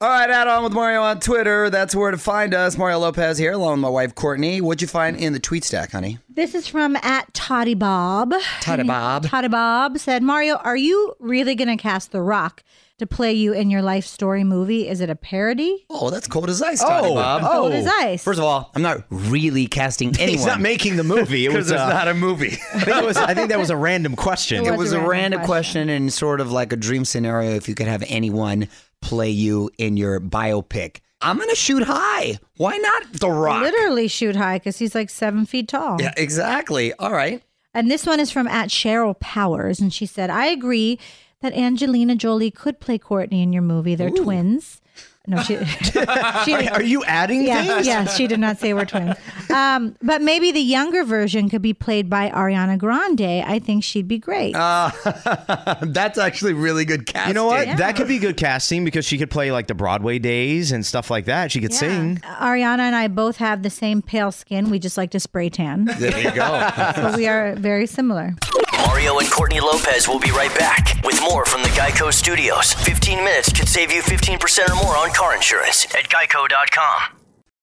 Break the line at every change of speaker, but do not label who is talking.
All right, add on with Mario on Twitter. That's where to find us. Mario Lopez here, along with my wife Courtney. What'd you find in the tweet stack, honey?
This is from at Toddy Bob.
Toddy Bob.
Toddy Bob said, Mario, are you really going to cast The Rock to play you in your life story movie? Is it a parody?
Oh, that's cold as ice, Toddy Bob.
Cold as ice.
Oh, First of all, I'm not really casting anyone.
He's not making the movie. It was, uh,
a movie.
I, think it was I think that was a random question.
It
it was a random question. and sort of like a dream scenario if you could have anyone play you in your biopic. I'm going to shoot high. Why not The Rock?
Literally shoot high because he's like seven feet tall.
Yeah, exactly. All right.
And this one is from at Cheryl Powers. And she said, I agree that Angelina Jolie could play Courtney in your movie. They're twins. No, she. she
Are you adding
yeah,
things?
yes, she did not say we're twins. Um, but maybe the younger version could be played by Ariana Grande. I think she'd be great.
That's actually really good casting.
You know what? That could be good casting because she could play like the Broadway days and stuff like that. She could
Yeah.
sing.
Ariana and I both have the same pale skin. We just like to spray tan.
There you go.
so we are very similar.
Mario and Courtney Lopez will be right back with more from the Geico Studios. 15 minutes could save you 15% or more on car insurance at geico.com.